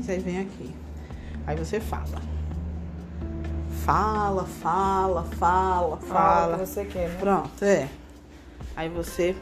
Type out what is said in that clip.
vocês vêm aqui. Aí você fala. Fala, fala, fala, Fala o fala. que você quer, né? Pronto, é. Aí você